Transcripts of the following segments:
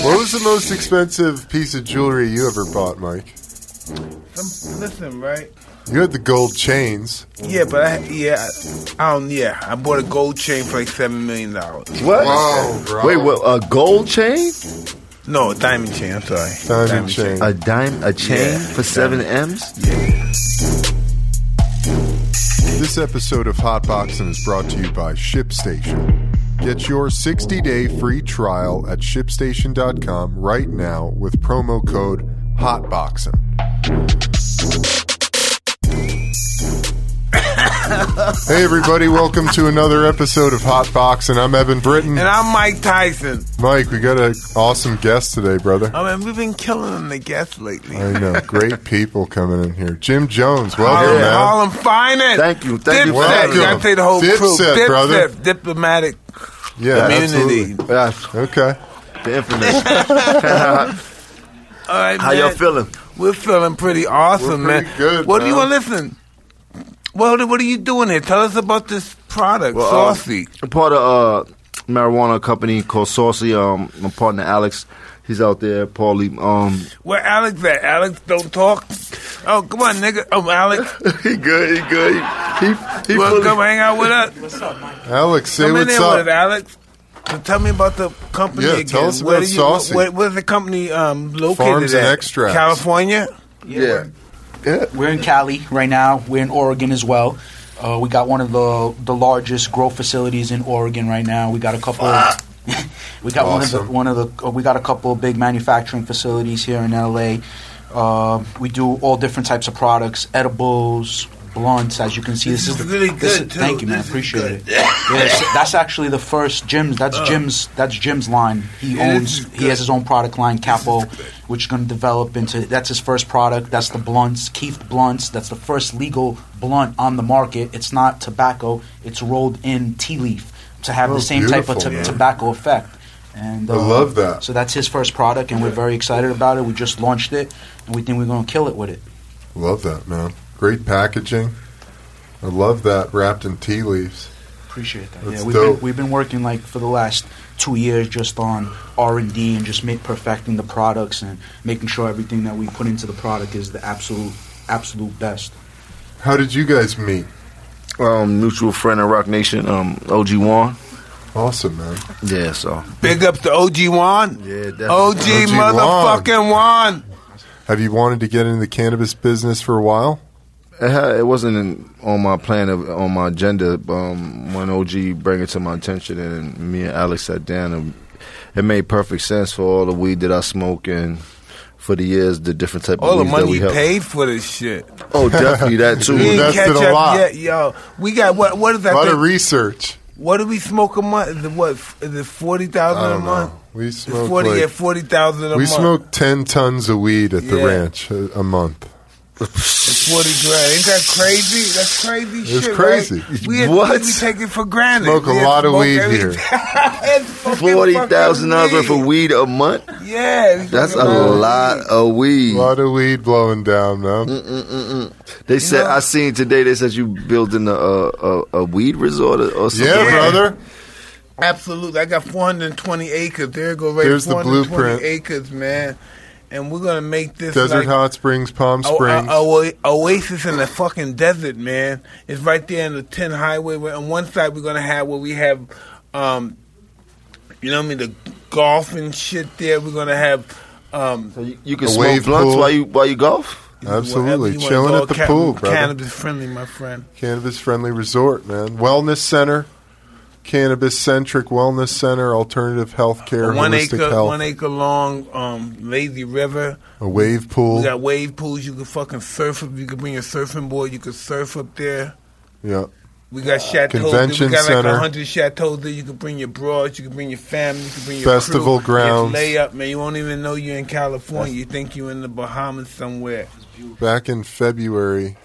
What was the most expensive piece of jewelry you ever bought, Mike? Some- Listen, right? You had the gold chains. Yeah, but I yeah, I I don't yeah. I bought a gold chain for like seven million dollars. What? bro. Wait, what? A gold chain? No, a diamond chain. I'm sorry. Diamond chain. A dime? A chain Yeah, for seven M's? This episode of Hot Boxing is brought to you by ShipStation. Get your 60 day free trial at shipstation.com right now with promo code HOTBOXING. hey, everybody, welcome to another episode of Hot Boxing. I'm Evan Britton. And I'm Mike Tyson. Mike, we got an awesome guest today, brother. I mean, we've been killing them the guests lately. I know. Great people coming in here. Jim Jones, welcome, Harlem, man. Harlem Finance. Thank you, thank you for Dipset. having You gotta us. say the whole crew. Dipset, brother. Diplomatic Yeah, absolutely. community. That's Okay. the infamous. All right, How man. y'all feeling? We're feeling pretty awesome, We're pretty man. good, What do you man. want to listen? Well, what are you doing here? Tell us about this product, Well, uh, Saucy. I'm part of a marijuana company called Saucy. Um, my partner Alex, he's out there. Paulie, um, Where Alex at? Alex, don't talk. Oh, come on, nigga. Oh, Alex, he good, he good. He, he you want to come fully, hang out with us? Alex, say come in what's there up. with it, Alex. So tell me about the company Yeah, again. tell us Where about do you- Saucy. Where, where's the company um, located Farms at? and Extracts. California? yeah. We're in Cali right now. We're in Oregon as well. Uh, we got one of the the largest grow facilities in Oregon right now. We got a couple. we got Awesome. one of the one of the. Uh, we got a couple of big manufacturing facilities here in LA. Uh, we do all different types of products, edibles, blunts. As you can see, This this, is the- really this good, is- too. Thank you, man. This is Appreciate good. it. Yes, that's actually the first Jim's. That's Oh. Jim's. That's Jim's line. He Yeah, this is owns. He good. has his own product line, Capo, which is going to develop into. That's his first product. That's the blunts, Keith blunts. That's the first legal blunt on the market. It's not tobacco. It's rolled in tea leaf to have Oh, the same type of beautiful, to- man. tobacco effect. And um, I love that. So that's his first product, and we're very excited about it. We just launched it, and we think we're going to kill it with it. Love that, man. Great packaging. I love that wrapped in tea leaves. Appreciate that. That's yeah, we've dope. been, we've been working like for the last two years just on R and D and just make, perfecting the products and making sure everything that we put into the product is the absolute absolute best. How did you guys meet? Um, mutual friend of Rock Nation, um, OG One. Awesome, man. Yeah, so Big up to OG Juan. Yeah, definitely. OG, OG Juan. motherfucking Juan. Have you wanted to get into the cannabis business for a while? it, ha it wasn't in, on my plan of, on my agenda. but, Um, when OG bring it to my attention, and me and Alex sat down, and it made perfect sense for all the weed that I smoke and. For the years, the different type All of the weeds that money we you help. paid for this shit. Oh, definitely that too. We We ain't invested catch a up lot. yet, yo. We got what? What is A that? lot thing? of research. what do we smoke a month? Is it what? f- Is it forty I thousand a don't month? know. We It's smoke forty like- yeah, forty thousand a we month. smoke ten tons of weed at the Yeah. ranch a, a month. It's forty grand. Ain't that crazy? That's crazy It's shit. crazy. Right? We What? We take it for granted. Smoke a We lot of smoke weed every- here. It's fucking Forty thousand dollars fucking worth of weed a month. Yeah, we That's a smoke lot of lot of A weed. lot of weed blowing down, man. They said know- I seen today. They said you building a a, a, a weed resort or, or something. Yeah, like that. brother. Absolutely. I got 420 acres. There it goes right Here's the 420 blueprint. acres, man. And we're going to make this Desert like Oh, uh, Hot Springs, Palm o- Springs. o- o- oasis in the fucking desert, man. It's right there in the 10 highway. Where on one side, we're going to have where we have, um, you know what I mean, the golf and shit there. We're going to have. Um, So you, you can A smoke wave blunts pool. while you while you golf. Absolutely. whatever you wanna Chilling call at the it, ca- pool, brother. Cannabis friendly, my friend. Cannabis friendly resort, man. Wellness center, cannabis centric wellness center, alternative health care, A one holistic acre, health, one acre long, um, lazy river. a wave pool. We got wave pools. You can fucking surf up. You can bring your surfing board. You can surf up there. Yeah. We got chateaus. Uh, Convention we got center. like hundred chateaus there. You can bring your broads. You can bring your family. You can bring your Festival crew. grounds. It's lay up, man. You won't even know you're in California. you think you're in the Bahamas somewhere. Back in February,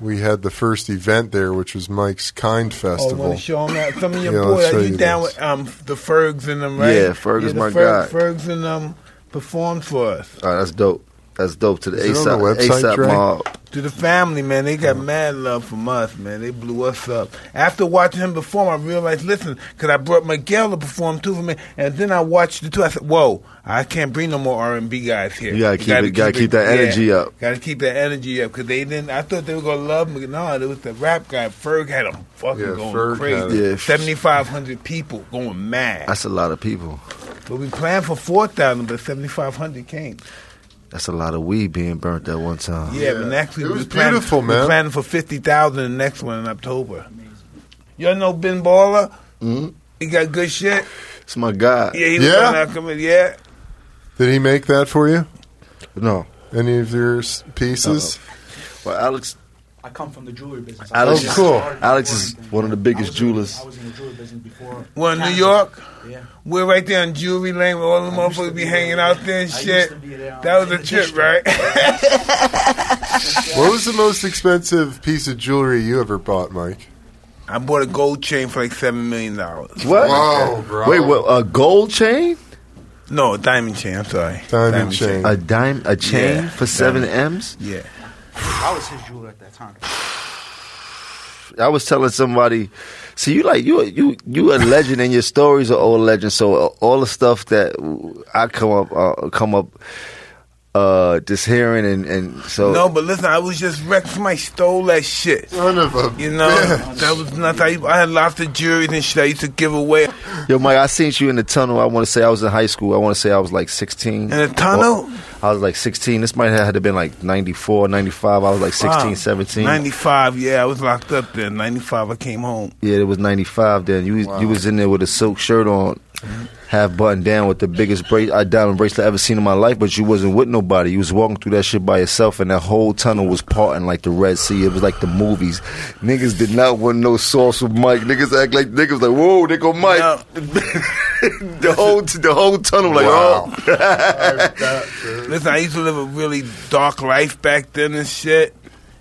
we had the first event there, which was Mike's Kind Oh, want Festival. to show 'em out? Some of your Yeah, I'll boys. show Are you you down this. with um the Fergs and them, right? Yeah, Ferg is the my Ferg- guy. Fergs and them performed for us. Oh, that's dope. That's dope to the Is it on the ASAP website, ASAP Dre? mob. To the family, man, they Uh-huh. got mad love from us, man. They blew us up. After watching him perform, I realized, listen, because I brought Miguel to perform too for me, and then I watched the two. I said, whoa, I can't bring no more R and B guys here. You gotta keep it- gotta keep that energy up. Got to keep that energy up because they didn't. I thought they were gonna love Miguel. No, it was the rap guy. Ferg had them fucking Yeah, going Ferg had crazy. 'em. Yeah. Seventy five hundred people going mad. That's a lot of people. but we planned for four thousand, but seventy five hundred came. That's a lot of weed being burnt at one time. Yeah, Yeah. but next week It was we plan- beautiful, man. We're planning for fifty thousand. The next one in October. Y'all know Ben Baller. Mhm. He got good shit. It's my God. Yeah, he was Mm-hmm. Yeah. on our committee. Yeah, Did he make that for you? No. Any of your s- pieces? Well, Alex I come from the jewelry business. I Alex Oh, is, just cool. started Alex before is anything. one of the biggest I was in- jewelers. I was in the jewelry business before. we're in New Canada. York. Yeah. We're right there on Jewelry Lane where all the I used to motherfuckers be be hanging there. out there and I used shit. to be there. That was In a the trip, district. right? What was the most expensive piece of jewelry you ever bought, Mike? I bought a gold chain for like seven million dollars. What? Wow, bro. Wait, what? A gold chain? No, a diamond chain. I'm sorry. Diamond chain. A dime? A chain Yeah, for seven M's? Yeah. I was his jeweler at that time. I was telling somebody, see, you like you you you a legend, and your stories are all legend. So uh, all the stuff that I come up uh, come up uh just hearing and and so No, but listen, I was just wrecked. Somebody stole that shit. Son of a You know, bitch. that was nuts. I, I had lots of jewelry and shit I used to give away. yo Mike, I seen you in the tunnel. I want to say I was in high school. I want to say I was like sixteen. In the tunnel? I was like sixteen. This might have had to been like 94, 95. I was like 16, Wow. 17. 95, yeah, I was locked up then. 95, I came home. Yeah, it was ninety five then. You was you was in there with a silk shirt on, half buttoned down with the biggest bra- uh, diamond bracelet I ever seen in my life, but you wasn't with nobody. You was walking through that shit by yourself and that whole tunnel was parting like the Red Sea. It was like the movies. Niggas did not want no sauce with Mike. Niggas act like niggas like, whoa, they go Mike. No. the whole the whole tunnel like Wow. oh Listen, I used to live a really dark life back then and shit.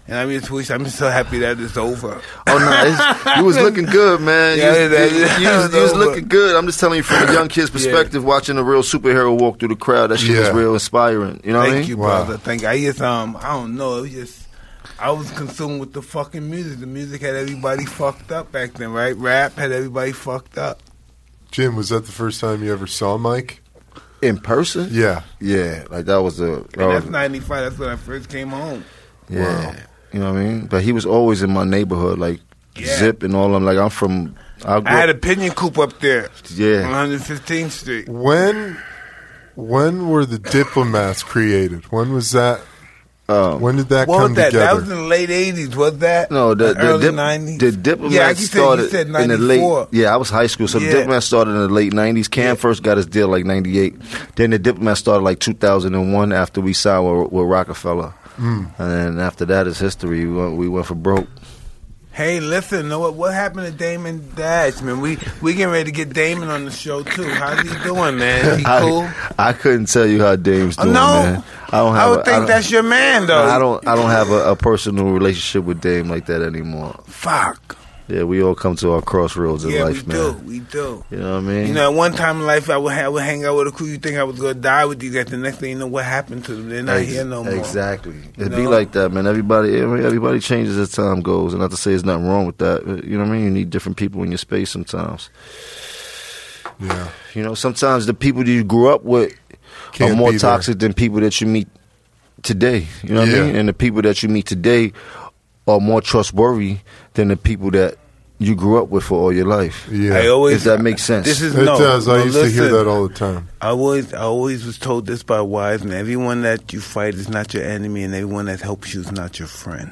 And I just wish I'm so happy that it's over. Oh no, it's, you was looking good, man. You Yeah, was- that- you, you was, that you was was looking good. I'm just telling you from a young kid's perspective, watching a real superhero walk through the crowd. That shit was Yeah. real inspiring. You know what I Thank mean? you, Wow. brother. Thank you. I just, um, I don't know. It was just, I was consumed with the fucking music. The music had everybody fucked up back then, right? Rap had everybody fucked up. Jim, was that the first time you ever saw Mike? In person? Yeah. Yeah, like that was a that And that's was- 95. That's when I first came home. yeah. You know what I mean? But he was always in my neighborhood, like Yeah. Zip and all them. Like I'm from, I grew I had a up, pinion coop up there yeah. on 115th Street. When when were the diplomats created? When was that? Um, When did that What come was that? That together? was in the late eighties, was that? no, the, Or the, early dip- nineties. the diplomat yeah, like you started said, you said in the 94. late. Yeah, I was high school, so Yeah. the diplomat started in the late '90s. Cam first got his deal like '98. Then the diplomat started like 2001 after we signed with, with Rockefeller, Hmm. and then after that is history. We went, we went for broke. Hey, listen, know what what happened to Damon Dash, man? We we getting ready to get Damon on the show too. How's he doing, man? Is he cool? I, I couldn't tell you how Dame's Oh, doing, no. man. I don't I have. a- would don't- think that's your man though. I don't. I don't have a, a personal relationship with Dame like that anymore. fuck. Yeah, we all come to our crossroads in Yeah, life, we man. do. We do. You know what I mean? You know, at one time in life, I would, ha- I would hang out with a crew. You think I was gonna die with these guys? The next thing you know, what happened to them? They're not Ex- here no more. Exactly. It'd be know? like that, man. Everybody, every- everybody changes as time goes, and not to say there's nothing wrong with that. but You know what I mean? You need different people in your space sometimes. yeah. You know, sometimes the people that you grew up with Can't are more be there. toxic than people that you meet today. You know what Yeah. I mean? And the people that you meet today are more trustworthy than the people that you grew up with for all your life. Yeah. I always If that makes sense. This is it no, does. I no, used to hear listen. that all the time. I always, I always was told this by wise men. Everyone that you fight is not your enemy, and everyone that helps you is not your friend.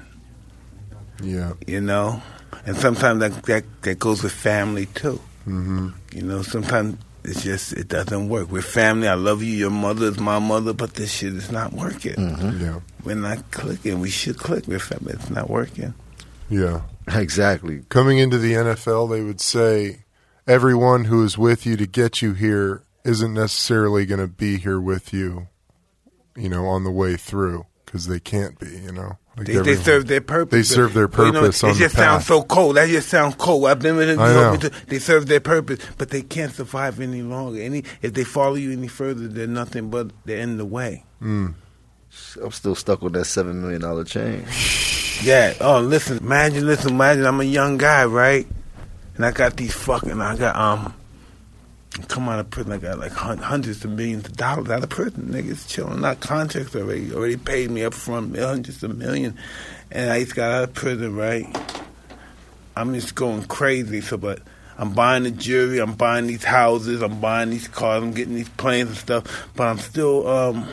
Yeah. You know, and sometimes that that, that goes with family too. hmm You know, sometimes it's just it doesn't work. We're family. I love you. Your mother is my mother, but this shit is not working. Mm. Mm-hmm. Yeah. We're not clicking. We should click. We're family. It's not working. Yeah. Exactly. Coming into the NFL, they would say everyone who is with you to get you here isn't necessarily going to be here with you, you know, on the way through because they can't be, you know. Like They, they everyone- serve their purpose. They serve their But, you know, purpose It on the just sounds path. so cold. That just sounds cold. I've been with them. I know. They serve their purpose, but they can't survive any longer. Any if they follow you any further, they're nothing but they're in the way. Mm. I'm still stuck with that seven million dollar chain. Yeah. Oh, listen. Imagine, listen. Imagine I'm a young guy, right? And I got these fucking. I got um. Come out of prison, I got like hun- hundreds of millions of dollars out of prison. Niggas chilling. Not contracts already. Already paid me up front hundreds of million, and I just got out of prison, right? I'm just going crazy. So, but I'm buying the jewelry. I'm buying these houses. I'm buying these cars. I'm getting these planes and stuff. But I'm still um.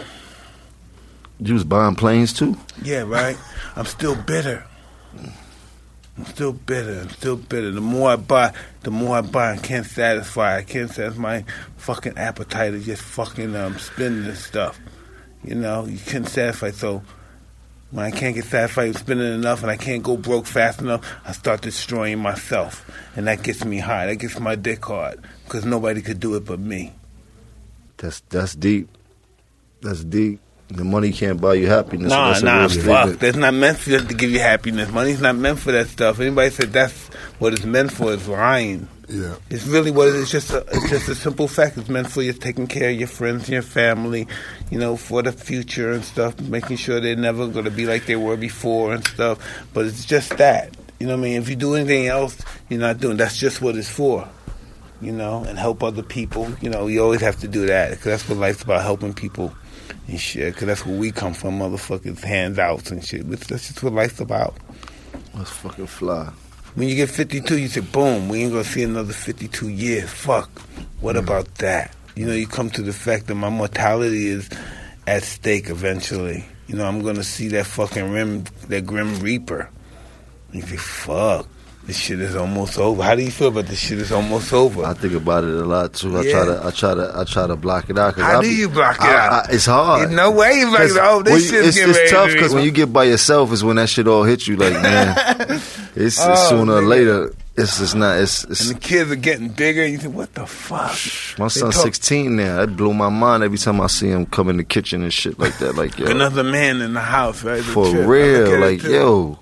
You was buying planes too. Yeah, right. I'm still bitter. I'm still bitter. I'm still bitter. The more I buy, the more I buy. I can't satisfy. I can't satisfy my fucking appetite of just fucking um spending this stuff. You know, you can't satisfy. So when I can't get satisfied with spending enough, and I can't go broke fast enough, I start destroying myself, and that gets me high. That gets my dick hard because nobody could do it but me. That's that's deep. That's deep. The money can't buy you happiness. Nah, That's a nah, real fuck. statement. That's not meant for just to give you happiness. Money's not meant for that stuff. Anybody said that's what it's meant for is lying. Yeah. It's really what it is. It's just a, it's just a simple fact. It's meant for you taking care of your friends and your family, you know, for the future and stuff, making sure they're never going to be like they were before and stuff. But it's just that. You know what I mean? If you do anything else, you're not doing. That's just what it's for. You know, and help other people. You know, you always have to do that because that's what life's about, helping people and shit. Because that's where we come from, motherfuckers, handouts and shit. That's that's just what life's about That's fucking fly. when you get 52, you say, boom, we ain't gonna see another 52 years. Fuck. Mm. What about that? You know, you come to the fact that my mortality is at stake eventually. You know, I'm gonna see that fucking rim, that grim reaper. You say, fuck, this shit is almost over. How do you feel about this shit is almost over? I think about it a lot too. I try Yeah. to, I try to, I try to block it out. 'cause How I do be- you block it out? it's hard. No way, you like, 'Cause oh, when this you- shit's it's, getting it's ready to tough be- because when you get by yourself is when that shit all hits you. Like man, it's, it's Oh, sooner or nigga. later. It's just not. It's, And it's the kids are getting bigger. You say, what the fuck? my They son's talk- 16 now. That blew my mind every time I see him come in the kitchen and shit like that. Like yo, Another man in the house, right? The for trip. I look at real. it Like too. yo,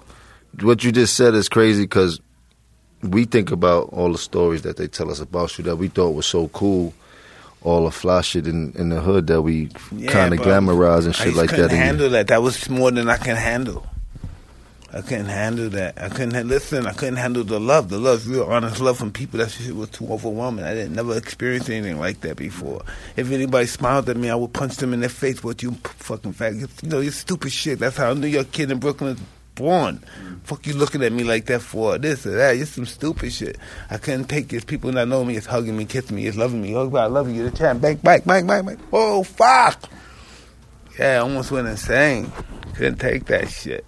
what you just said is crazy because we think about all the stories that they tell us about you that we thought was so cool. All the fly shit in, in the hood that we Yeah, kind of but glamorize and I shit just like couldn't that. in- handle that. That was more than I can handle. I couldn't handle that. I couldn't ha- listen. I couldn't handle the love. The love, real honest love from people. That shit was too overwhelming. I didn't never experienced anything like that before. If anybody smiled at me, I would punch them in their face. What you p- fucking fag? You know, you stupid shit. That's how a New York kid in Brooklyn is born. Fuck you looking at me like that for this or that. You're some stupid shit. I couldn't take it. People not knowing me is hugging me, kissing me, is loving me. Oh, I love you. You're the champ. Bang, bang, bang, bang, bang. Oh, fuck. Yeah, I almost went insane. Couldn't take that shit.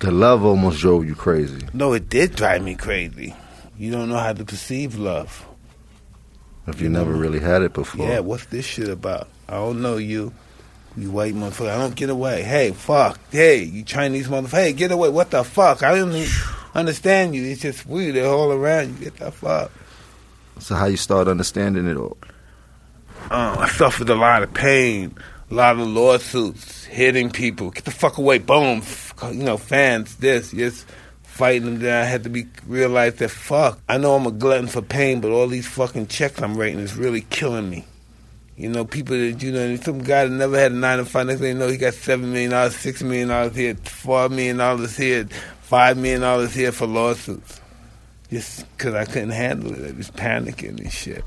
The love almost drove you crazy. No, it did drive me crazy. You don't know how to perceive love. If you never really had it before. Yeah, what's this shit about? I don't know you. You white motherfucker. I don't get away. Hey, fuck. Hey, you Chinese motherfucker. Hey, get away. What the fuck? I don't even understand you. It's just weird. They're all around you. Get the fuck. So how you start understanding it all? Uh, I suffered a lot of pain, a lot of lawsuits, hitting people. Get the fuck away, boom. F- You know, fans, this, just fighting them down. I had to be realize that fuck. I know I'm a glutton for pain, but all these fucking checks I'm writing is really killing me. You know, people that you know, some guy that never had a nine to five. Next thing you know, he got seven million dollars, six million dollars here, four million dollars here, five million dollars here for lawsuits. Just because I couldn't handle it, I was panicking and shit.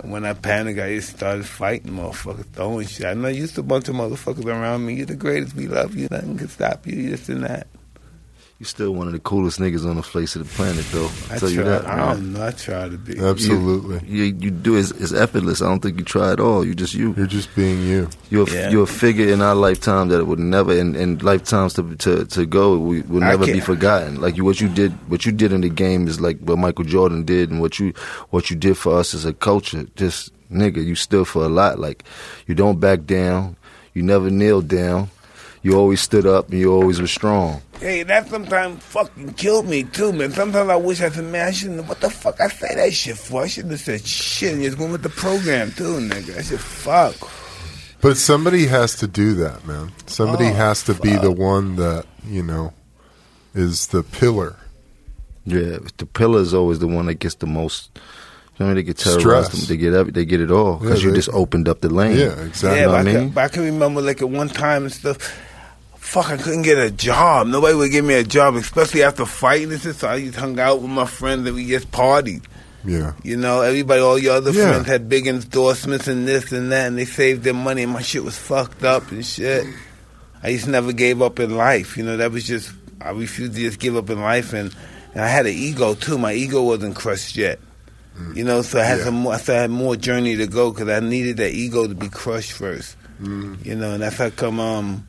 And when I panicked, I just started fighting motherfuckers, throwing shit. I know you used to a bunch of motherfuckers around me. You're the greatest. We love you. Nothing can stop you. This and that. You still one of the coolest niggas on the face of the planet, though. I I try. tell you that. I man. don't know. I try to be. Absolutely. You, you do is is effortless. I don't think you try at all. You just you. You're just being you. You're a, Yeah. you're a figure in our lifetime that would never and, and lifetimes to, to to go we, will I never be can't- forgotten. Like you, what you did, what you did in the game is like what Michael Jordan did, and what you what you did for us as a culture. Just nigga, you stood for a lot. Like you don't back down. You never kneeled down. You always stood up, and you always was strong. Hey, that sometimes fucking killed me too, man. Sometimes I wish I said, man, I shouldn't. What the fuck I say that shit for? I shouldn't have said shit and just went with the program too, nigga. I said, fuck. But somebody has to do that, man. Somebody has to be the one that, you know, is the pillar. Yeah, the pillar is always the one that gets the most I mean, they get terrorized. Stress. They get every, they get it all because Yeah, you they- just opened up the lane. Yeah, exactly. You Yeah, know but what I, I mean? can, but I can remember like at one time and stuff. Fuck, I couldn't get a job. Nobody would give me a job, especially after fighting and shit. So I just hung out with my friends and we just partied. Yeah. You know, everybody, all your other Yeah. friends had big endorsements and this and that, and they saved their money, and my shit was fucked up and shit. I just never gave up in life. You know, that was just, I refused to just give up in life, and, and I had an ego too. My ego wasn't crushed yet. You know, so I had Mm. Yeah. some more, so I had more journey to go because I needed that ego to be crushed first. You know, and that's how come, um,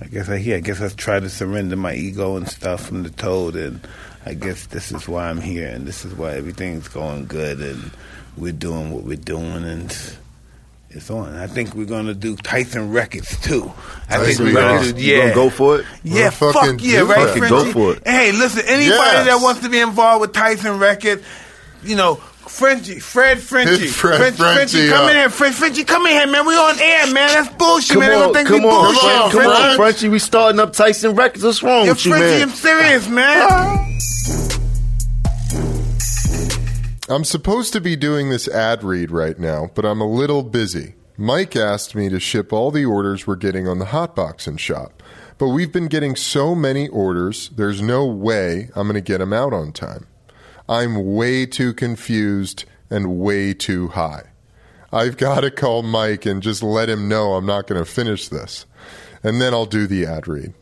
I guess I here. I guess I tried to surrender my ego and stuff from the toad, and I guess this is why I'm here, and this is why everything's going good, and we're doing what we're doing, and it's on. I think we're gonna do Tyson Records too. I think Tyson we're gonna Records. do, You yeah, gonna go for it? yeah, We'll fuck fucking yeah, do right, that. Frenchie? Fucking go for it. Hey, listen, anybody Yes. that wants to be involved with Tyson Records, you know, Frenchie, Fred Frenchie, Hit Fred Frenchie, Frenchie come up. in here, Fred Frenchie, come in here, man. We on air, man. That's bullshit, Come man. on, Everything come be on, bullshit, French, come Frenchie. on, Frenchie. We starting up Tyson Records. What's wrong Yo, with you, Frenchie, man? I'm serious, man. I'm supposed to be doing this ad read right now, but I'm a little busy. Mike asked me to ship all the orders we're getting on the hotboxing shop, but we've been getting so many orders, there's no way I'm going to get them out on time. I'm way too confused and way too high. I've got to call Mike and just let him know I'm not going to finish this. And then I'll do the ad read.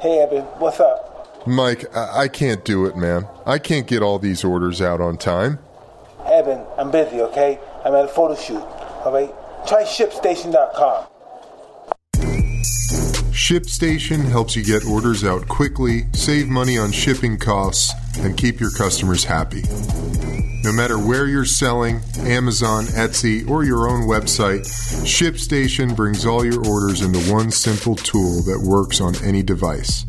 Hey, Evan, what's up? Mike, I, I can't do it, man. I can't get all these orders out on time. Evan, I'm busy, okay? I'm at a photo shoot, all right? Try ShipStation.com. ShipStation helps you get orders out quickly, save money on shipping costs, and keep your customers happy. No matter where you're selling, Amazon, Etsy, or your own website, ShipStation brings all your orders into one simple tool that works on any device.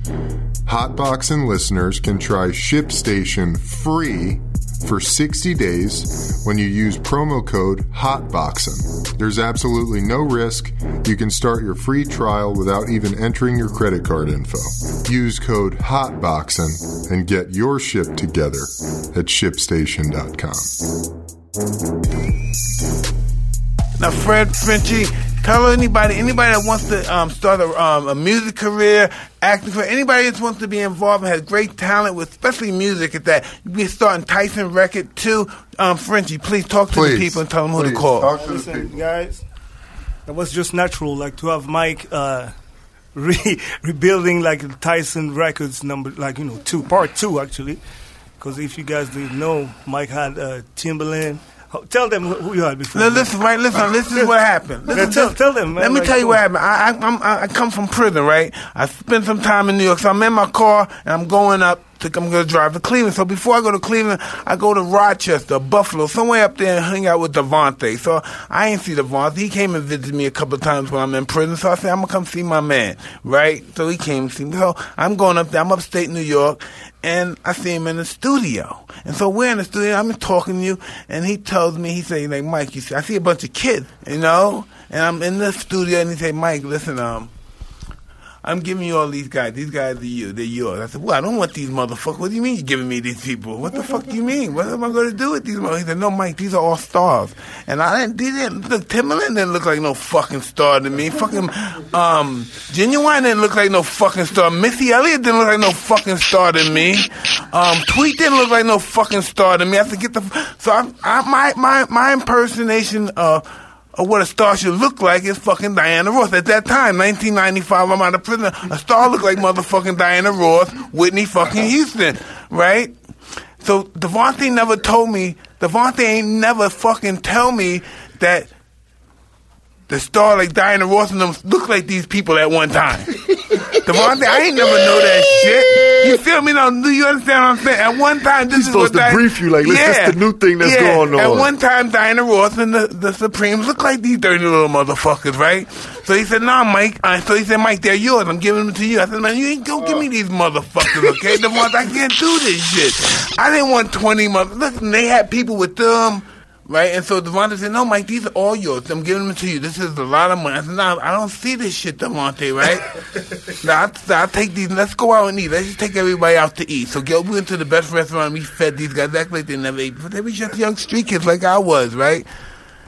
Hotbox and listeners can try ShipStation free for 60 days when you use promo code HOTBOXIN. There's absolutely no risk. You can start your free trial without even entering your credit card info. Use code HOTBOXIN and get your ship together at shipstation.com. Now, Fred Frenchie, tell anybody, anybody that wants to um, start a, um, a music career, acting career, anybody that wants to be involved and has great talent with, especially music, at that we're starting Tyson Record too. Um, Frenchie, please talk to Please. the people and tell them who Please, to call. talk to the Listen, people. guys, it was just natural, like to have Mike uh, re- rebuilding like Tyson Records number, like you know, two part two actually, because if you guys didn't know, Mike had uh, Timberland. Oh, Tell them who you had before. Now, listen, right? Listen, this is what happened. Listen, tell- this- tell them, man, Let me like, tell you come what happened. on. I, I, I'm, I I come from prison, right? I spent some time in New York, so I'm in my car and I'm going up. To, I'm going to drive to Cleveland. So before I go to Cleveland, I go to Rochester, Buffalo, somewhere up there, and hang out with Devontae. So I ain't see Devontae. He came and visited me a couple of times when I'm in prison. So I said, I'm going to come see my man, right? So he came to see me. So I'm going up there. I'm upstate New York, and I see him in the studio. And so we're in the studio. I'm talking to you, and he tells me, he say, like, Mike, you see, I see a bunch of kids, you know? And I'm in the studio, and he say, Mike, listen, um, I'm giving you all these guys. These guys are you. They're yours. I said, well, I don't want these motherfuckers. What do you mean you're giving me these people? What the fuck do you mean? What am I going to do with these motherfuckers? He said, no, Mike, these are all stars. And I didn't, they didn't look, Timberland didn't look like no fucking star to me. Fucking, um, Genuine didn't look like no fucking star. Missy Elliott didn't look like no fucking star to me. Um, Tweet didn't look like no fucking star to me. I said, get the, f-. so I, I, my, my, my impersonation of, of what a star should look like is fucking Diana Ross. At that time, 1995, I'm out of prison. A star looked like motherfucking Diana Ross, Whitney fucking Houston, right? So Devontae never told me, Devontae ain't never fucking tell me that the star like Diana Ross and them look like these people at one time. Devontae, I ain't never know that shit. You feel me? Now, do you understand what I'm saying? At one time, this is supposed what to brief you, like, this- this the new thing that's yeah. going At on. one time, Diana Ross and the, the Supremes look like these dirty little motherfuckers, right? So he said, "Nah, Mike." Uh, so he said, "Mike, they're yours. I'm giving them to you." I said, "Man, you ain't go give me these motherfuckers, okay? Devontae, I can't do this shit. I didn't want twenty mother. Look, they had people with them." right? And so Devontae said, "No, Mike, these are all yours. I'm giving them to you. This is a lot of money." I said, "No, I don't see this shit, Devontae. Right? no, I, so I'll take these. Let's go out and eat. Let's just take everybody out to eat." So Gil we went to the best restaurant. We fed these guys act like they never ate, but they were just young street kids like I was, right?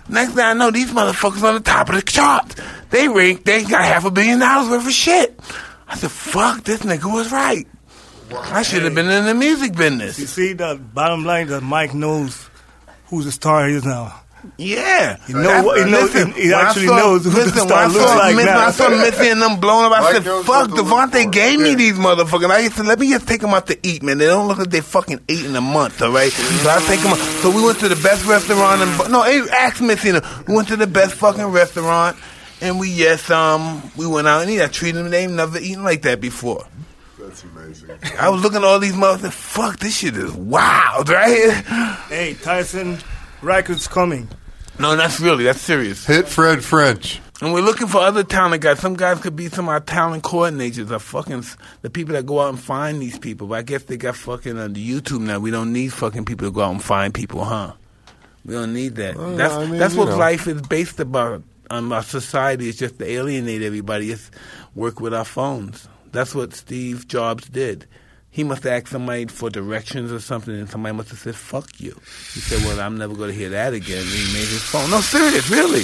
Next thing I know, these motherfuckers on the top of the charts. They ranked. They got half a billion dollars worth of shit. I said, "Fuck, this nigga was right." I should have been in the music business. You see, the bottom line that Mike knows who the star is now. Yeah, He know- he know- he- he when I actually knows who the listen, star when I looks saw like Missy, now. when I saw Missy and them blown up. I Mike said, knows "Fuck, what to look for." Devontae gave me Yeah. these motherfuckers." I said, "Let me just take them out to eat, man. They don't look like they fucking ate in a month, all right?" So I take them. Out. So we went to the best restaurant. And no, hey, ask Missy. and them. We went to the best fucking restaurant, and we yes, um, we went out and eat. I treated them. They ain't never eaten like that before. That's amazing. I was looking at all these motherfuckers. Fuck, this shit is wild, right? Hey, Tyson Records coming. No, that's really that's serious. Hit Fred French. And we're looking for other talent guys. Some guys could be some of our talent coordinators or fucking s- the people that go out and find these people. But I guess they got fucking on the YouTube now. We don't need fucking people to go out and find people, huh? We don't need that. Well, that's I mean, that's you what know. life is based about. Um, our society is just to alienate everybody. It's work with our phones. That's what Steve Jobs did. He must have asked somebody for directions or something, and somebody must have said "fuck you." He said, "Well, I'm never going to hear that again." And he made his phone. No, serious, really.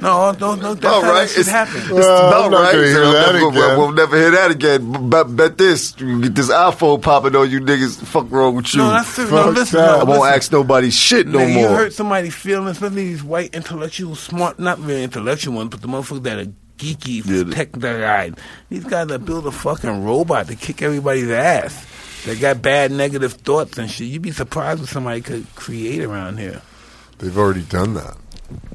No, no, no. That's All how right, that shit it's- happened. Well, about I'm not right. gonna hear We'll that never- again. We'll never hear that again. But bet this, you get this iPhone popping on you niggas. Fuck wrong with you? No, that's serious. No, Fuck listen, that. no, I won't listen. ask nobody shit no Man, more. You hurt somebody's feelings, especially these white intellectual, smart, not very intellectual ones, but the motherfuckers that are geeky, Yeah. tech guy. These guys that build a fucking robot to kick everybody's ass. They got bad negative thoughts and shit. You'd be surprised what somebody could create around here. They've already done that.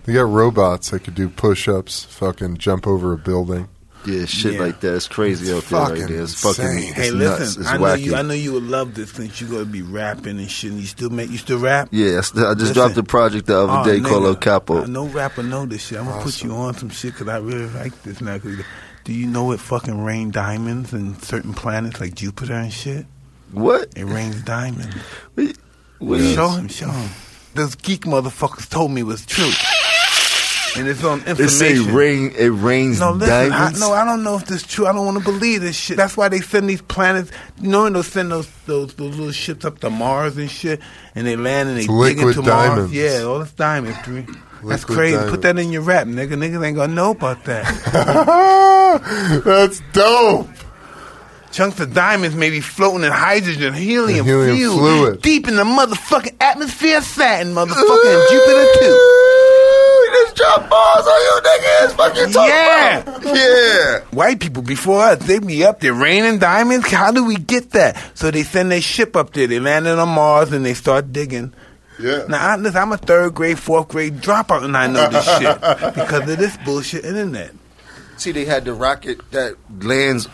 They got robots that could do push ups, fucking jump over a building. Yeah, shit Yeah. like that. It's crazy out there right fucking there. It's fucking insane. it's hey, nuts. listen, It's I know wacky. you. I know you would love this since you're gonna be rapping and shit. And you still make you still rap. yeah, I st- I just Listen. dropped a project the other Oh, day called El nigga, Capo. uh, No rapper know this shit. I'm gonna put you on some shit because I really like this now. 'cause do you know it fucking rain diamonds in certain planets like Jupiter and shit? What? It rains diamonds. What- what is- Show him, show him. Those geek motherfuckers told me was true, and it's on information. It say rain. It rains No, listen. I, diamonds. no, I don't know if this is true. I don't want to believe this shit. That's why they send these planets. You know, when they send those those those little ships up to Mars and shit, and they land and they It's dig liquid into Mars. diamonds. Yeah, all this diamondry. That's Liquid crazy. Put diamonds. that in your rap, nigga. Niggas ain't gonna know about that. That's dope. Chunks of diamonds may be floating in hydrogen, helium, And helium fuel, fluid. deep in the motherfucking atmosphere, of Saturn, motherfucking and Jupiter too. Just drop balls on you niggas. Fuck you talking Yeah. about? Yeah. White people before us, they be up there raining diamonds. How do we get that? So they send their ship up there. They land it on Mars and they start digging. Yeah. Now, I, listen, I'm a third grade, fourth grade dropout, and I know this shit because of this bullshit internet. See, they had the rocket that lands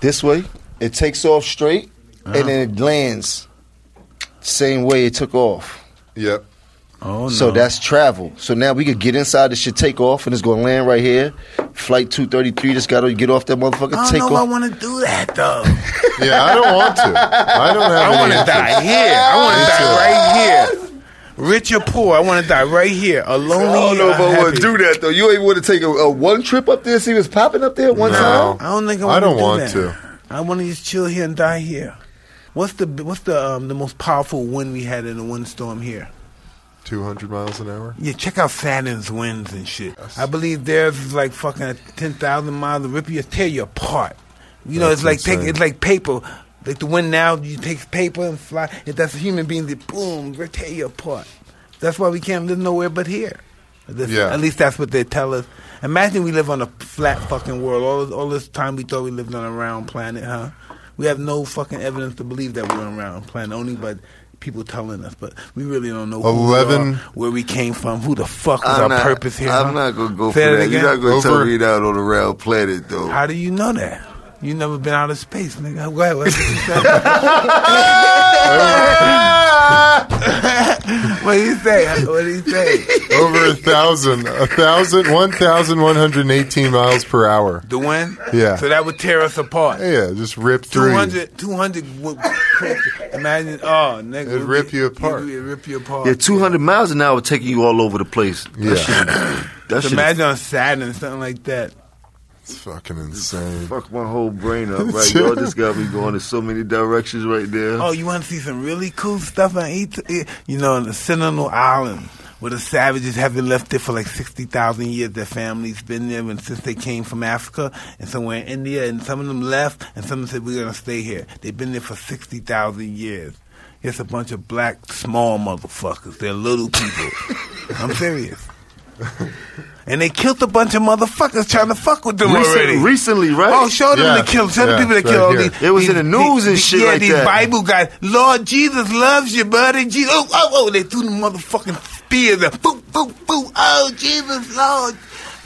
this way. It takes off straight, Uh-huh. and then it lands same way it took off. Yep. Oh no! So that's travel. So now we could get inside. This should take off, and it's gonna land right here. Flight two thirty three. Just gotta get off that motherfucker. Oh, I take don't know if I off. want to do that though. Yeah, I don't want to. I don't have I any want to interest. die here. I want to die right here. Rich or poor, I want to die right here, a I don't lonely. know if or I want happy. to do that though. You ain't want to take a, a one trip up there and see what's popping up there one No. time. I don't think I want I don't to. do want that. to. I want to just chill here and die here. What's the what's the um, the most powerful wind we had in the windstorm here? 200 miles an hour? Yeah, check out Saturn's winds and shit. I believe theirs is like fucking ten thousand miles. It'll rip you, tear you apart. You know, That's it's like take, insane. it's like paper. Like the wind now, you take paper and fly. If that's a human being, they boom, rip- tear you apart. That's why we can't live nowhere but here. This- Yeah. At least that's what they tell us. Imagine we live on a flat fucking world. All this, all this time we thought we lived on a round planet, huh? We have no fucking evidence to believe that we're on a round planet, only by people telling us. But we really don't know who we are, 11 where we came from, who the fuck was our I'm not- purpose here. huh? I'm not gonna go Say for it that. You're again. not gonna Over- tell me that on the round planet though. How do you know that? You never been out of space, nigga. Go ahead. What you say? What do you say? What do you say? Over a thousand, a thousand, one thousand one hundred eighteen miles per hour. The wind? Yeah. So that would tear us apart. Yeah, just rip through. you. 200, 200 would, imagine, oh, nigga. It'd rip you apart. It'd rip you apart. Yeah, 200 miles an hour taking you all over the place. That shit. That So shit. imagine on Saturn, something like that. It's fucking insane. Fuck my whole brain up right Y'all just got me going in so many directions right there. Oh, you want to see some really cool stuff on eat? You know, on the Sentinel Island, where the savages haven't left it for like 60,000 years. Their families been there and since they came from Africa and somewhere in India, and some of them left, and some said, We're going to stay here. They've been there for 60,000 years. It's a bunch of black, small motherfuckers. They're little people. I'm serious. And they killed a bunch of motherfuckers trying to fuck with them Recent- already. recently, right? Oh, show them Yeah, the kill. Show yeah, the people that right kill all here. these. It was in the news and shit Yeah, like these that. Bible guys. Lord Jesus loves you, buddy. Jesus. Oh, oh, oh. They threw the motherfucking spears. up. Boo, boo, boo. Oh, Jesus, Lord.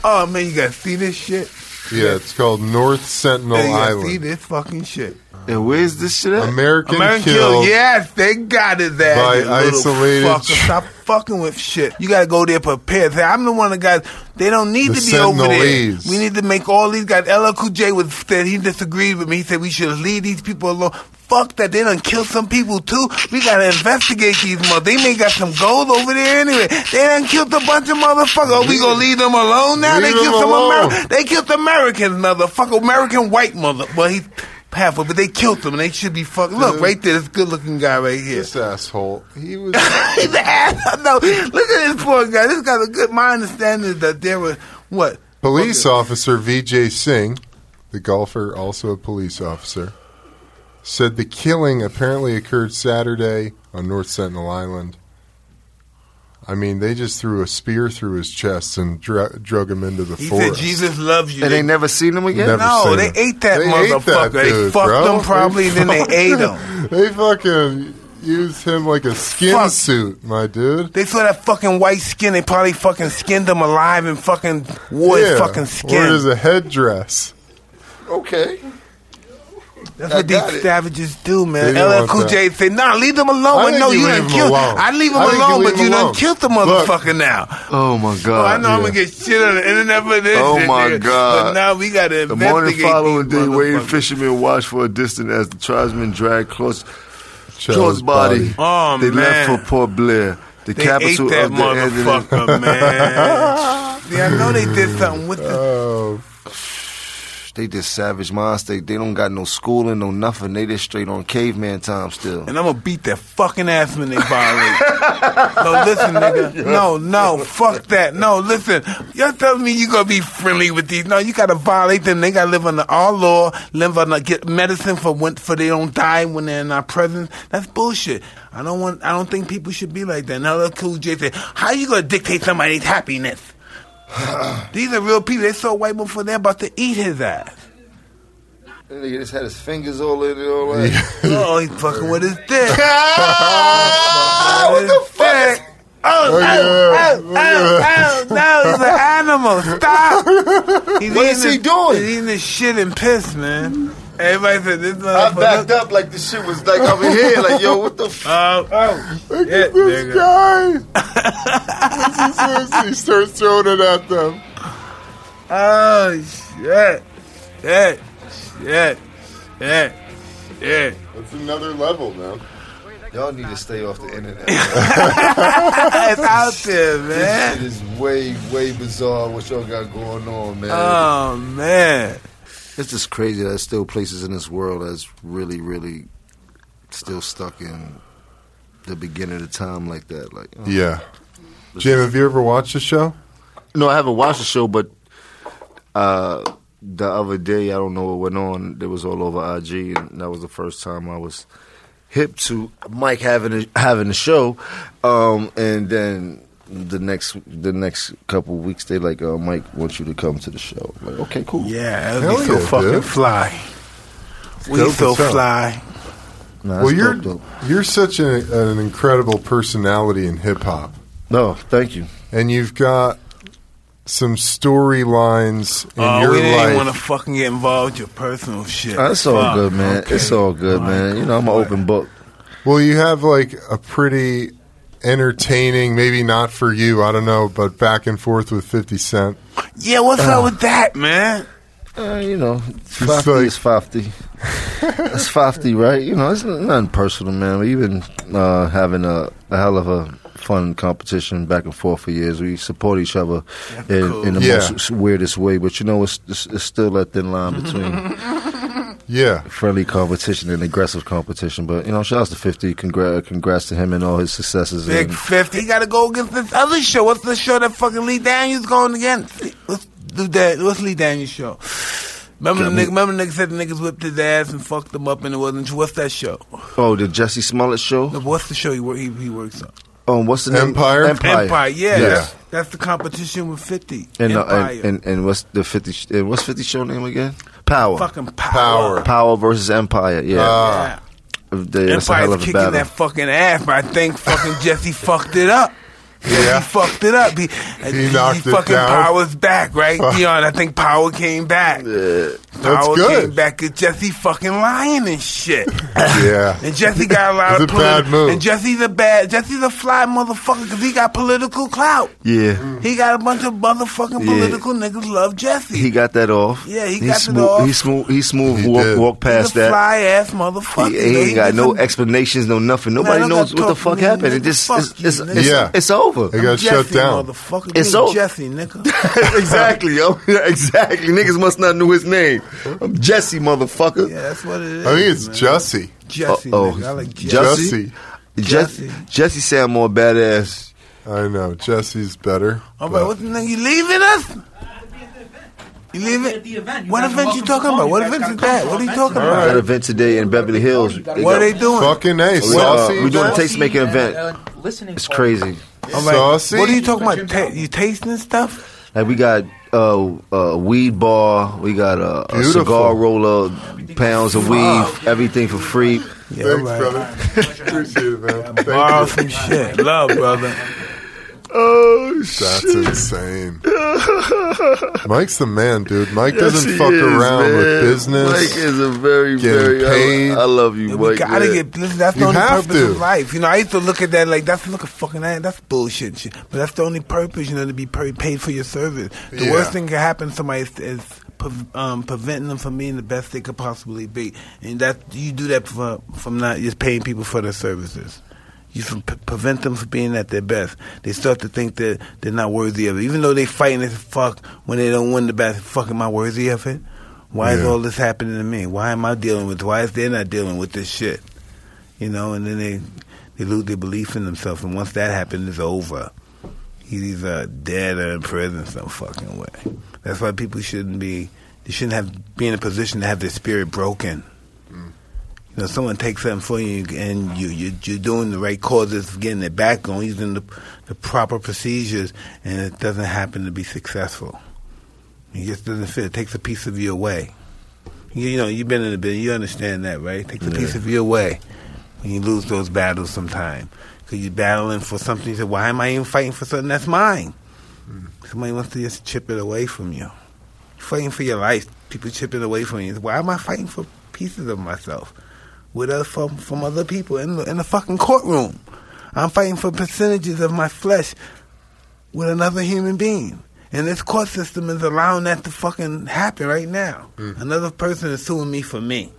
Oh, man, you gotta see this shit. Yeah, it's called North Sentinel Man, you gotta see Island. this fucking shit. And where's this shit at? American, American kill. Kill, yes, they got it there. by you little isolated Fucker. ch- Stop fucking with shit. You gotta go there prepared. Say, I'm the one that got. They don't need The to be over there. Sentinelese. We need to make all these guys. LL Cool J was said he disagreed with me. He said we should leave these people alone. Fuck that. They done killed some people too. We gotta investigate these mother. They may got some gold over there anyway. They done killed a bunch of motherfuckers. Oh, we gonna leave them alone now? Leave they them killed some alone. Ameri- They killed Americans, motherfucker. American white mother. Well, he. Halfway, but they killed him, and they should be fucked. Look, Dude. right there, this good-looking guy right here. This asshole. He was. He's an ass. No, look at this poor guy. This guy's a good. My understanding is that there was what Police Okay. officer Vijay Singh, the golfer, also a police officer, said the killing apparently occurred Saturday on North Sentinel Island. I mean, they just threw a spear through his chest and dra- drug him into the He forest. said Jesus loves you. And they never seen him again? Never no, seen they him. ate that They ate motherfucker. that they dude, fucked bro. him probably, and then they ate him. They fucking used him like a skin Fuck. suit, my dude. They saw that fucking white skin. They probably fucking skinned him alive and fucking wore his fucking Where is skin. a headdress? Okay. That's what got these it. savages do, They man. didn't LL want Cool that. J said, "Nah, leave them alone." I But think no, you you, leave done him killed. alone. I leave him I think you alone, leave but him you alone. done killed the Look. motherfucker now. Oh, my Oh, I God. know I'm gonna get shit on the internet for this. Oh, shit, my nigga. God. But now we gotta The investigate. morning following these day, waiting motherfuckers. fishermen watched for a distance as the tribesmen dragged close Chell's Joe's body. Oh, they man. left for Port Blair, the They capital ate that of the Andean- motherfucker, man. yeah, I know they did something with this. Oh, They just savage minds. They, they don't got no schooling, no nothing. They just straight on caveman time still. and I'm gonna beat their fucking ass when they violate. no, listen, nigga. No, no, fuck that. No, listen. Y'all telling me you gonna be friendly with these? No, you gotta violate them. They gotta live under our law. Live under get medicine for when for they don't die when they're in our presence. That's bullshit. I don't want. I don't think people should be like that. Now, look, Cool J said, "How you gonna dictate somebody's happiness?" These are real people. They saw white before they're about to eat his ass. That nigga just had his fingers all in it, all that. Oh, he fucking with his dick. what the fuck? Oh, oh, yeah. oh, oh, oh, no, he's an animal. Stop. He's What is eating he his- doing? He's eating his shit and piss, man. Everybody said this I backed motherfucker. up like the shit was like over here, like yo, what the f- Oh, oh. look Yeah, at this nigga. guy! What's he says? He starts throwing it at them. Oh, shit. Shit. Shit. Shit. Shit. That's another level, man. Y'all need to stay off the internet. This It's out there, man. shit is way, way bizarre what y'all got going on, man. Oh, man. it's just crazy that there's still places in this world that's really, really still stuck in the beginning of the time like that. Like oh. Yeah. Jim, have you ever watched the show? No, I haven't watched the show, but uh, the other day, I don't know what went on. It was all over IG, and that was the first time I was hip to Mike having a, having a show. Um, and then the next the next couple weeks, they like, uh, Mike wants you to come to the show. I'm like, okay, cool. Yeah, Hell that'd be so yeah, fucking dude. fly. We Dope so as hell. fly. Nah, well, that's you're dope, dope. you're such an, an incredible personality in hip hop, no, thank you. and you've got some storylines in oh, your we didn't want to life. fucking get involved with your personal shit. That's all Fuck, good, man. okay. It's all good, All right, man. You know, I'm an cool. open book. well, you have like a pretty entertaining, maybe not for you, I don't know, but back and forth with 50 Cent. Yeah, what's up with that, man? Uh, you know, Just fifty like- is fifty. It's fifty, right? You know, it's nothing personal, man. We've been uh, having a, a hell of a fun competition back and forth for years. We support each other in, in the Yeah. most s- weirdest way, but you know, it's, it's, it's still that thin line between Yeah. friendly competition and aggressive competition. But you know, shout out to fifty. Congrats, congrats to him and all his successes. Big and, Fifty. He got to go against this other show. What's the show that fucking Lee Daniels going against? What's the that? What's Lee Daniels show? Remember the nigga? Remember the nigga said the niggas whipped his ass and fucked him up, and it wasn't true. What's that show? oh, the Jesse Smollett show. What's the show he wor- he, he works on? Um, what's the name? Empire? Empire. Empire. Yeah, Yeah. That's, that's the competition with Fifty. And, uh, Empire. and, and and what's the fifty? sh- And what's fifty show name again? Power. fucking power. Power. Power versus Empire. Yeah. Yeah, They- that's a Ah. Empire's hell of a kicking battle. that fucking ass, but I think fucking Jesse fucked it up. Yeah. He fucked it up. He, He knocked it fucking down. Power's back, right? Dion, I think Power came back. That's Power good. came back at Jesse fucking lying and shit. Yeah. And Jesse got a lot It's of a bad move. And Jesse's a bad, Jesse's a fly motherfucker because he got political clout. yeah, He got a bunch of motherfucking Yeah. political niggas love Jesse. he got that off. Yeah, he got it smooth, off. He smooth. He smooth. He walk, did. walk He's past a that. fly ass motherfucker. He, you he know, ain't got gets no a- explanations, no nothing. Nobody don't knows gotta what the talk fuck to me, happened. It nigga. just Fuck it's, you, it's, nigga. it's, Yeah. it's over. They got Jesse, shut down. Motherfucker. It's You over. Jesse, nigga. exactly, yo. exactly. Niggas must not know his name. I'm Jesse, motherfucker. Yeah, that's what it is. I think it's man. Jussie. Jesse. Uh-oh. nigga. I like Jesse. Jesse? Jussie. Jesse. Jesse sound more badass. I know. Jesse's better. All right, but- Oh, what the nigga? You leaving us? You leaving? the event. You What guys are event you welcome to talking come. about? You What guys event gotta is come that? to What are you event. talking All right. about? That event today in Beverly Hills. What are they doing? Fucking A. We, uh, Saucy. we doing a man. taste making event. Uh, listening It's party. crazy. Saucy. What are you talking about? Ta- you tasting stuff? Like we got uh, a weed bar, we got a, a Beautiful. cigar roller, pounds of weed, everything for free. Yeah, Thanks, right. brother. Appreciate it, man. Thank Borrow you. some shit. Love, brother. Oh That's insane. Mike's the man, dude. Mike doesn't fuck around with business. Mike is a very getting very. I- paid. I, love you, Yeah, Mike. we gotta man. get. Listen, that's the You only have purpose to. of life. You know, I used to look at that like that's look at fucking that. That's bullshit, and shit. But that's the only purpose. You know, to be per- paid for your service. The Yeah. worst thing can happen to somebody is, is pre- um, preventing them from being the best they could possibly be, and that you do that for, from not just paying people for their services. You from, pre- prevent them from being at their best. They start to think that they're not worthy of it, even though they fighting as fuck when they don't win the best. Fuck, am I worthy of it? Why is Yeah. all this happening to me? Why am I dealing with? Why is they not dealing with this shit? You know, and then they they lose their belief in themselves, and once that happens, it's over. He's either dead or in prison some fucking way. That's why people shouldn't be. They shouldn't have be in a position to have their spirit broken. You know, someone takes something for you, and you, you you're doing the right causes, getting it back on, using the the proper procedures, and it doesn't happen to be successful. It just doesn't fit. It takes a piece of you away. You, you know, you've been in the business, you understand that, right? It takes a piece of you away when you lose those battles sometime. Because you're battling for something. You say, why am I even fighting for something that's mine? Somebody wants to just chip it away from you. You're fighting for your life. People chip it away from you. Why am I fighting for pieces of myself? With us from, from other people in the, in the fucking courtroom. I'm fighting for percentages of my flesh with another human being. And this court system is allowing that to fucking happen right now. Another person is suing me for me.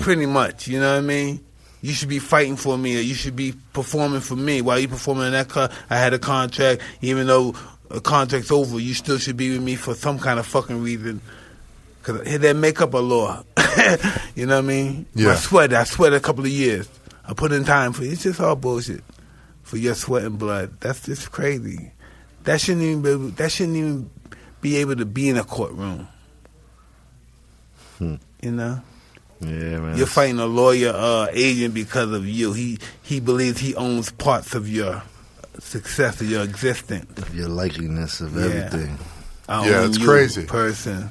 Pretty much, you know what I mean? You should be fighting for me or you should be performing for me. While you performing in that car, I had a contract. Even though a contract's over, you still should be with me for some kind of fucking reason. Cause I hit that makeup a law. you know what I mean? Yeah. I sweat. I sweat a couple of years. I put in time for it. It's just all bullshit for your sweat and blood. That's just crazy. That shouldn't even be able, that shouldn't even be able to be in a courtroom. You know, Yeah, man. you're fighting a lawyer uh, agent because of you. He he believes he owns parts of your success of your existence. Your likeliness of Yeah. everything. I Yeah, own it's you, crazy. person.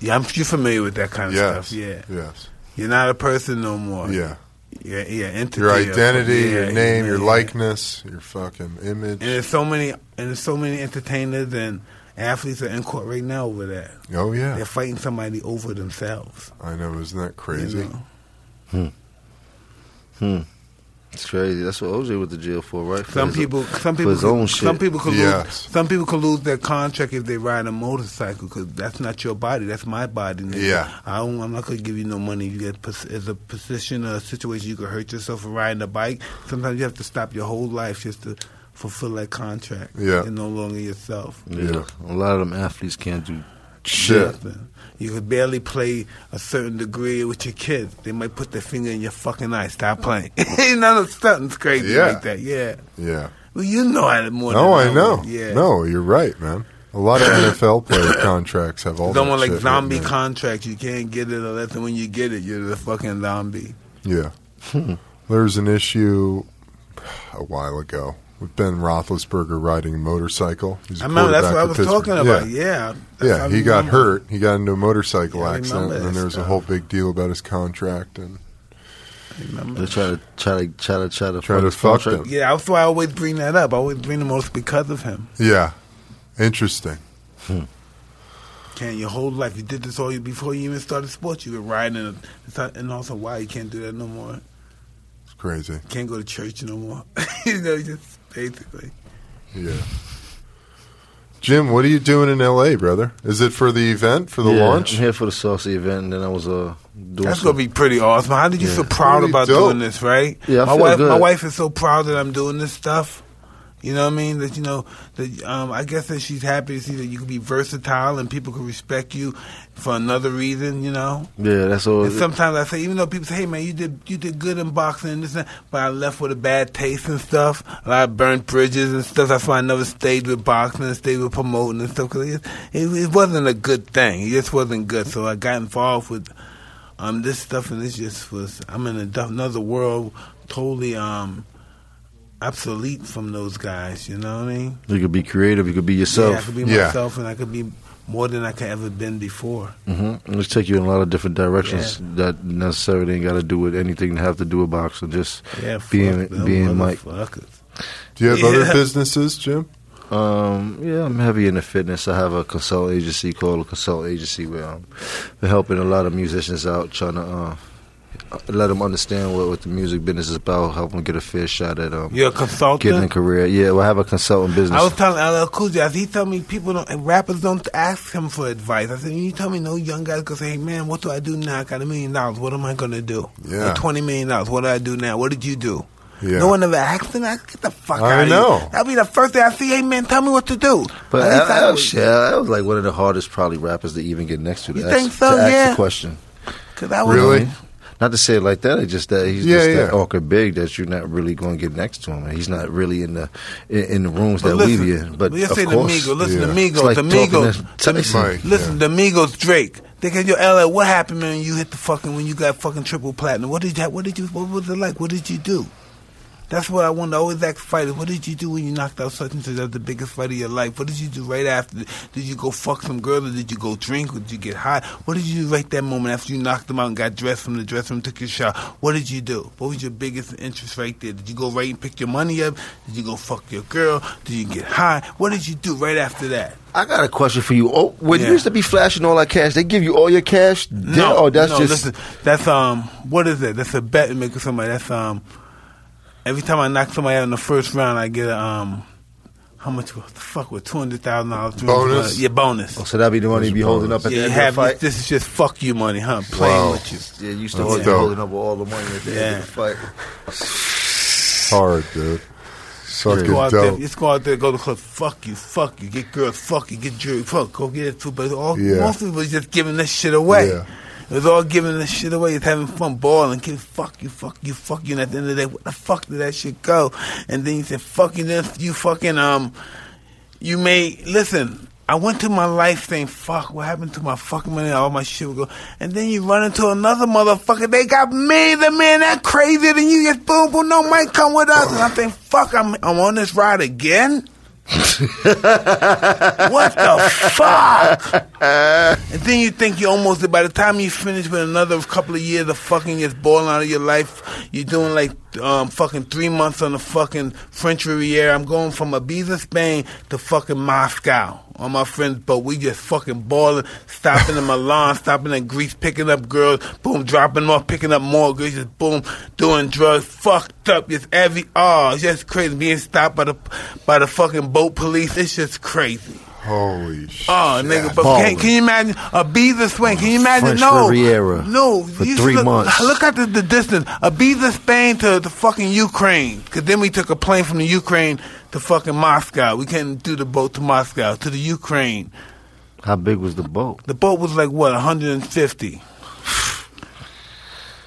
Yeah, I'm you familiar with that kind of Yes. stuff. Yeah, Yes. you're not a person no more. Yeah. yeah, yeah. Entity Your or- identity, yeah, your name, your yeah. likeness, your fucking And image. there's so many and there's so many entertainers and athletes are in court right now over that. Oh yeah. They're fighting somebody over themselves. I know. Isn't that you crazy? know? It's crazy. That's what OJ went to jail for, right? For Some his- people, some for people, his own could- some shit. people could lose. Yes. Some people could lose their contract if they ride a motorcycle because that's not your body. That's my body. nigga. Yeah. I don't, I'm not gonna give you no money. You get pos- as a position or a situation you could hurt yourself for riding a bike. Sometimes you have to stop your whole life just to fulfill that contract. Yeah. You're no longer yourself. Yeah. A lot of them athletes can't do Shit. Nothing. You could barely play a certain degree with your kids. They might put their finger in your fucking eye. Stop playing. you know, something's crazy Yeah. like that. Yeah. Yeah. Well, you know I more. No, than I know. would. Yeah. No, you're right, man. A lot of NFL player contracts have all Someone that like shit zombie written contract, you can't get it unless when you get it, you're the fucking zombie. in. yeah. Hmm. There's an issue a while ago with Ben Roethlisberger riding a motorcycle. He's a I remember that's what I quarterback was for talking Pittsburgh. about. Yeah, That's Yeah, how I he got remember. hurt. He got into a motorcycle Yeah, I accident, remember and that then there was a stuff. whole big deal about his contract. And I remember. They try to try to try to try to Try to his fuck contract. them. Yeah, that's why I always bring that up. I always bring the most because of him. yeah, interesting. Can your whole life you did this all before you even started sports? You were riding, a, it's not- and also why you can't do that no more. It's crazy. Can't go to church no more. you know, just basically. Yeah. Jim, what are you doing in L.A., brother? Is it for the event for the Yeah, launch? I'm here for the saucy event, and then I was uh doing. That's some- gonna be pretty awesome. How did you feel Yeah. proud Pretty about dope. doing this, right? Yeah, I my feel wife, good. my wife is so proud that I'm doing this stuff. You know what I mean? That you know that um, I guess that she's happy to see that you can be versatile and people can respect you for another reason. You know. Yeah, that's all. And sometimes I say, even though people say, "Hey man, you did you did good in boxing," and this, and that, but I left with a bad taste and stuff. A lot of burnt bridges and stuff. That's why I never stayed with boxing and stayed with promoting and stuff because it, it, it wasn't a good thing. It just wasn't good. So I got involved with um this stuff, and it just was. I'm in a du- another world, totally um obsolete from those guys. You know what I mean? you could be creative. You could be yeah, I yourself. could be Yeah. myself, and I could be more than I could ever been before. mm-hmm. Let's take you in a lot of different directions that necessarily ain't got to do with anything to have to do with boxing. Just Yeah, being fuck them being Mike. motherfuckers. Do you have other Yeah. businesses, Jim? Um, yeah, I'm heavy into fitness. I have a consult agency called a consult agency where I'm helping a lot of musicians out, trying to uh, let them understand what, what the music business is about, help them get a fair shot at um, You're a consultant. getting a career. Yeah, well, I have a consulting business. I was telling LL Cool J, I said, he told me people don't, and rappers don't ask him for advice. I said, you tell me no young guys gonna say, hey man, what do I do now? I got a million dollars. What am I gonna do? Yeah. Or Twenty million dollars. What do I do now? What did you do? Yeah. No one ever asked him. I said, get the fuck I out of know. here. That'd be the first thing I see. Hey man, tell me what to do. but At least I I, I, would- was, yeah, I was like one of the hardest probably rappers to even get next to. To You ask, think so? To ask Yeah. the question. 'cause I was- Really? Not to say it like that. It's just that he's Yeah, just yeah. that awkward big that you're not really going to get next to him. and He's not really in the in, in the rooms But that listen, we be in. But but you of say the course, Migos, listen yeah. to Migos, It's like the talking Migos, to Tyson. Mike, Listen, the Migos, Drake. They can yo, LL, what happened, man? When you hit the fucking when you got fucking triple platinum. What did that? What did you? What was it like? What did you do? That's what I want to always ask fighters. What did you do when you knocked out such and such as the biggest fight of your life? What did you do right after? Did you go fuck some girl or did you go drink or did you get high? What did you do right that moment after you knocked them out and got dressed from the dressing room, took your shower? What did you do? What was your biggest interest right there? Did you go right and pick your money up? Did you go fuck your girl? Did you get high? What did you do right after that? I got a question for you. Oh, when Yeah. you used to be flashing all that cash, they give you all your cash. Then, or oh, that's no, just listen, that's um, what is it? That's a bet maker. Somebody that's um, every time I knock somebody out in the first round, I get a um, how much? What the fuck with two hundred thousand dollars? Bonus? Yeah, bonus. Oh, so that'd be the money you be holding up at yeah, the you end have of the fight. this is just fuck you money, huh? Playing Wow. with you. yeah, you used to That's hold, dope. holding up with all the money at the end of the fight. Hard, dude. Fucking Go out there, dope. just go out there, go to the club. Fuck you, fuck you, get girls, fuck you, get jewelry, fuck, go get it too. But all Yeah. most people is just giving this shit away. Yeah. It was all giving this shit away. It's having fun balling. Kids, fuck you, fuck you, fuck you. And at the end of the day, where the fuck did that shit go? And then you said, fuck you, this, you fucking, um, you may, listen, I went to my life saying, fuck, what happened to my fucking money? All my shit would go. And then you run into another motherfucker. They got me, the man that crazy. Then you just boom, boom, no, Mike, come with us. And I think, fuck, I'm, I'm on this ride again? what the fuck? And then you think you almost by the time you finish with another couple of years of fucking is balling out of your life, you're doing like um, fucking three months on the fucking French Riviera. I'm going from Ibiza, Spain to fucking Moscow on my friend's boat. We just fucking balling, stopping in Milan, stopping in Greece, picking up girls, boom, dropping them off, picking up more girls, just boom, doing drugs, fucked up, just every, oh, it's just crazy. Being stopped by the, by the fucking boat police, it's just crazy. Holy shit. Oh, nigga, but Ballin'. can, can you imagine a Ibiza Spain? Can you imagine? French no, Riviera no. for you three look, months. Look at the, the distance. Ibiza, Spain to the fucking Ukraine. Because then we took a plane from the Ukraine to fucking Moscow. We couldn't do the boat to Moscow to the Ukraine. How big was the boat? The boat was like what 150.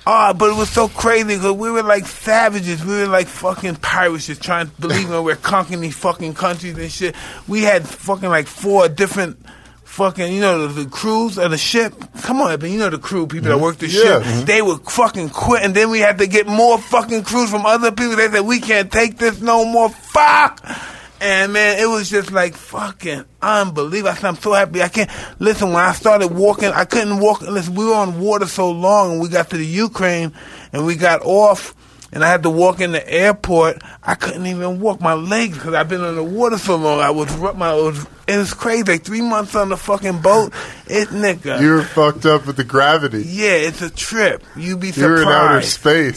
Ah, but it was so crazy because we were like savages. We were like fucking pirates, just trying to believe when we're conquering these fucking countries and shit. We had fucking like four different fucking, you know, the, the crews of the ship. Come on, but you know the crew people that work the Yeah. ship. They would fucking quit, and then we had to get more fucking crews from other people. They said we can't take this no more. Fuck. And man, it was just like fucking unbelievable. I said, I'm so happy. I can't listen. When I started walking, I couldn't walk. Listen, we were on water so long, and we got to the Ukraine, and we got off, and I had to walk in the airport. I couldn't even walk my legs because I've been in the water so long. I was ru- my. It was, it was crazy. Like three months on the fucking boat. It nigga. You're fucked up with the gravity. yeah, it's a trip. You'd be You're in outer surprised.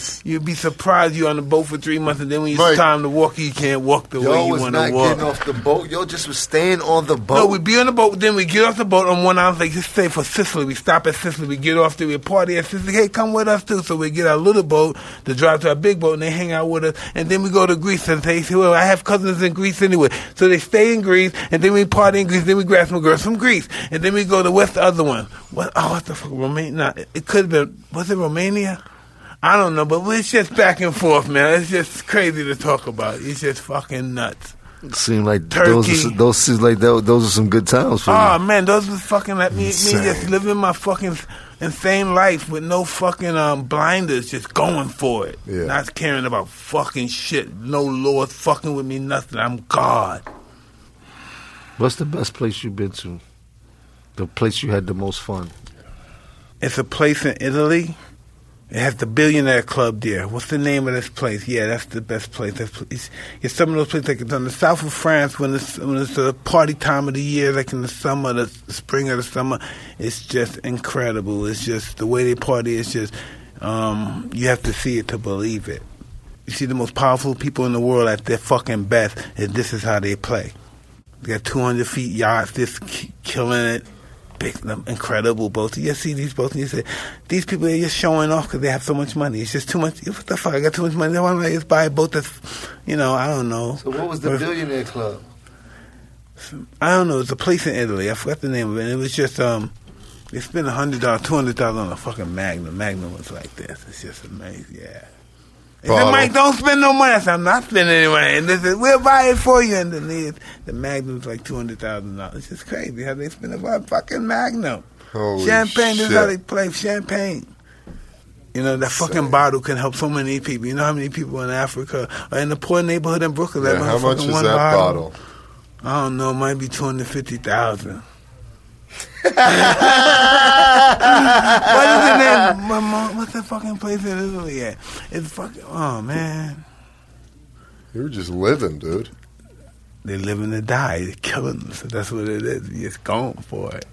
space. You'd be surprised you're on the boat for three months, and then when it's Mike. time to walk, you can't walk the way Yo you was want to not walk. getting off the boat. Yo just was staying on the boat. No, we be on the boat, then we get off the boat on one hour. Like, just stay for Sicily. We stop at Sicily. We get off there. We party at Sicily. Hey, come with us too. So we get our little boat to drive to our big boat, and they hang out with us. And then we go to Greece, and they say, "Well, I have cousins in Greece anyway." So they stay in Greece, and then we party in Greece. Then we grab some girls from Greece, and then we go to what's the other one? What? Oh, what the fuck? Romania? Nah, it- it could have been. Was it Romania? I don't know, but it's just back and forth, man. It's just crazy to talk about. It's just fucking nuts. seem like Turkey. those are, some- those seem like tho- those are some good times for Oh you. man, those was fucking like me, me Insane. just living my fucking insane life with no fucking um, blinders, just going for it, Yeah. not caring about fucking shit. No laws fucking with me, nothing. I'm God. What's the best place you've been to? The place you had the most fun? It's a place in Italy. It has the billionaire club there. What's the name of this place? Yeah, that's the best place. That's, it's, it's some of those places like it's on the south of France when it's when it's the party time of the year, like in the summer, the spring or the summer. It's just incredible. It's just the way they party. It's just um, you have to see it to believe it. You see, the most powerful people in the world at their fucking best, and this is how they play. They got 200 feet yachts, just k- killing it. Big, them incredible boats. You see these boats, and you say, these people are just showing off because they have so much money. It's just too much. What the fuck? I got too much money. Why don't I just buy a boat that's, you know, I don't know. Or- billionaire club? I don't know. It's a place in Italy. I forgot the name of it. It was just um, they spent a hundred dollars, two hundred dollars on a fucking Magnum. Magnum was like this. It's just amazing. Yeah. He said, Bottle. Mike, don't spend no money. I said, I'm not spending any money. And they said, we'll buy it for you. And then they, the Magnum's like $200,000. It's just crazy how they spend a fucking Magnum. Holy champagne, shit. this is how they play champagne. You know, that fucking bottle can help so many people. You know how many people in Africa or in the poor neighborhood in Brooklyn Yeah, that how much motherfucking is one that bottle? bottle? I don't know, it might be two hundred fifty thousand. what is the name? my mom- What's the fucking place in Italy at? It's fucking. Oh man, You were just living, dude. they living to die. They're killing them. So that's what it is. You're just going for it.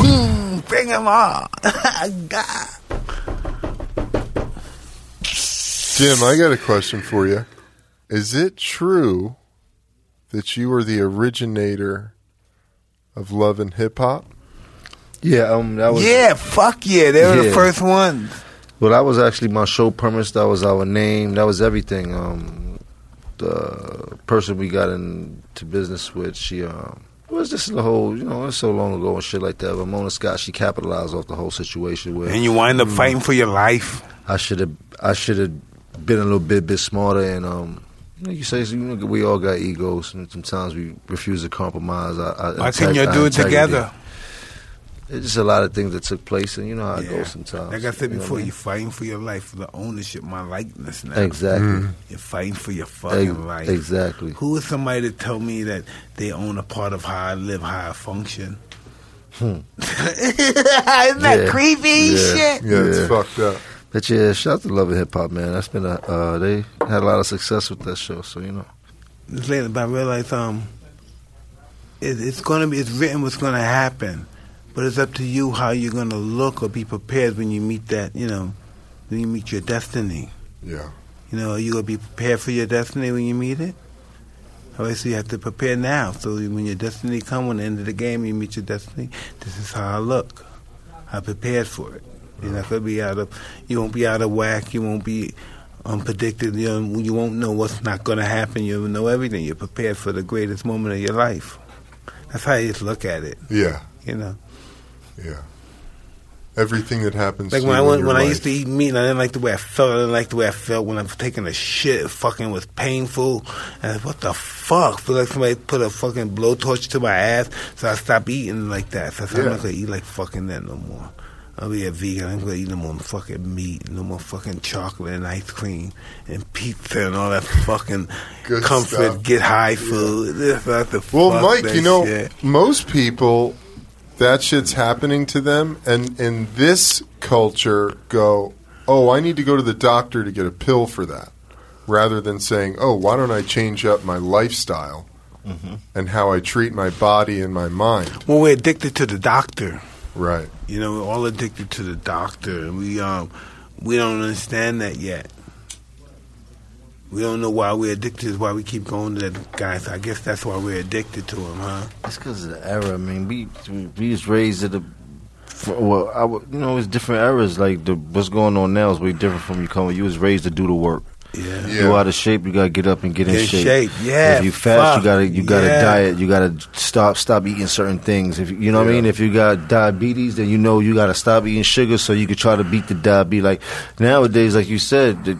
Boom! Bring them all. God. Jim, I got a question for you. Is it true that you were the originator of love and hip hop? Yeah, um, that was Yeah, fuck yeah. They were the Yeah. first ones. Well, that was actually my show premise. That was our name. That was everything. Um, the person we got into business with, she um, it was just the whole, you know, it's so long ago and shit like that. But Mona Scott, she capitalized off the whole situation where And you wind up Mm. fighting for your life. I should have, I should have been a little bit, bit smarter. And um, you know, you say you know, we all got egos, and sometimes we refuse to compromise. I, I, Why couldn't you do it together? It's just a lot of things that took place, and you know how it Yeah. goes sometimes. Like I said You know what before, mean? you're fighting for your life, for the ownership, my likeness now. exactly, You're fighting for your fucking Ex- life. exactly. Who is somebody to tell me that they own a part of how I live, how I function? Isn't that Yeah. creepy Yeah. shit? Yeah, it's Yeah. fucked up. But yeah, shout out to Love and Hip Hop, man. That's been a uh, they had a lot of success with that show, so you know. Just later, but I realized um, it, it's gonna be it's written what's gonna happen, but it's up to you how you're gonna look or be prepared when you meet that you know when you meet your destiny. Yeah. You know, are you gonna be prepared for your destiny when you meet it? Obviously, you have to prepare now. So when your destiny comes, when the end of the game, you meet your destiny. This is how I look. I prepared for it. You're not gonna be out of. You won't be out of whack. You won't be unpredicted. You, know, you won't know what's not gonna happen. You'll know everything. You're prepared for the greatest moment of your life. That's how you just look at it. Yeah. You know, Yeah. Everything that happens. like to when you I in went, your when I life- used to eat meat, and I didn't like the way I felt. I didn't like the way I felt when I was taking a shit. It fucking was painful. And I was, what the fuck? Feel like somebody put a fucking blowtorch to my ass. So I stopped eating like that. So I said, I'm Yeah. not gonna eat like fucking that no more. I'll be a vegan. I'm gonna eat no more fucking meat, no more fucking chocolate and ice cream and pizza and all that fucking Good comfort, stuff. get high food. This, that, the Well, fuck Mike, that you know, shit. most people, that shit's happening to them, and in this culture, go, oh, I need to go to the doctor to get a pill for that, rather than saying, oh, why don't I change up my lifestyle Mm-hmm. and how I treat my body and my mind? when we're addicted to the doctor. Right. You know, we're all addicted to the doctor, and we um, we don't understand that yet. We don't know why we're addicted. Why we keep going to that guy? So I guess that's why we're addicted to him, huh? It's because of the era. I mean, we we was raised at a well, I w you know, it's different eras. Like the what's going on now is way different from you coming. You was raised to do the work. Yeah. Yeah. You out of shape, you gotta get up and get in, Get in shape, yeah, If you fast, fuck, you gotta you gotta yeah. diet. You gotta stop stop eating certain things. If you- you know what Yeah. I mean. If you got diabetes, then you know you gotta stop eating sugar so you can try to beat the diabetes. Like nowadays, like you said, the,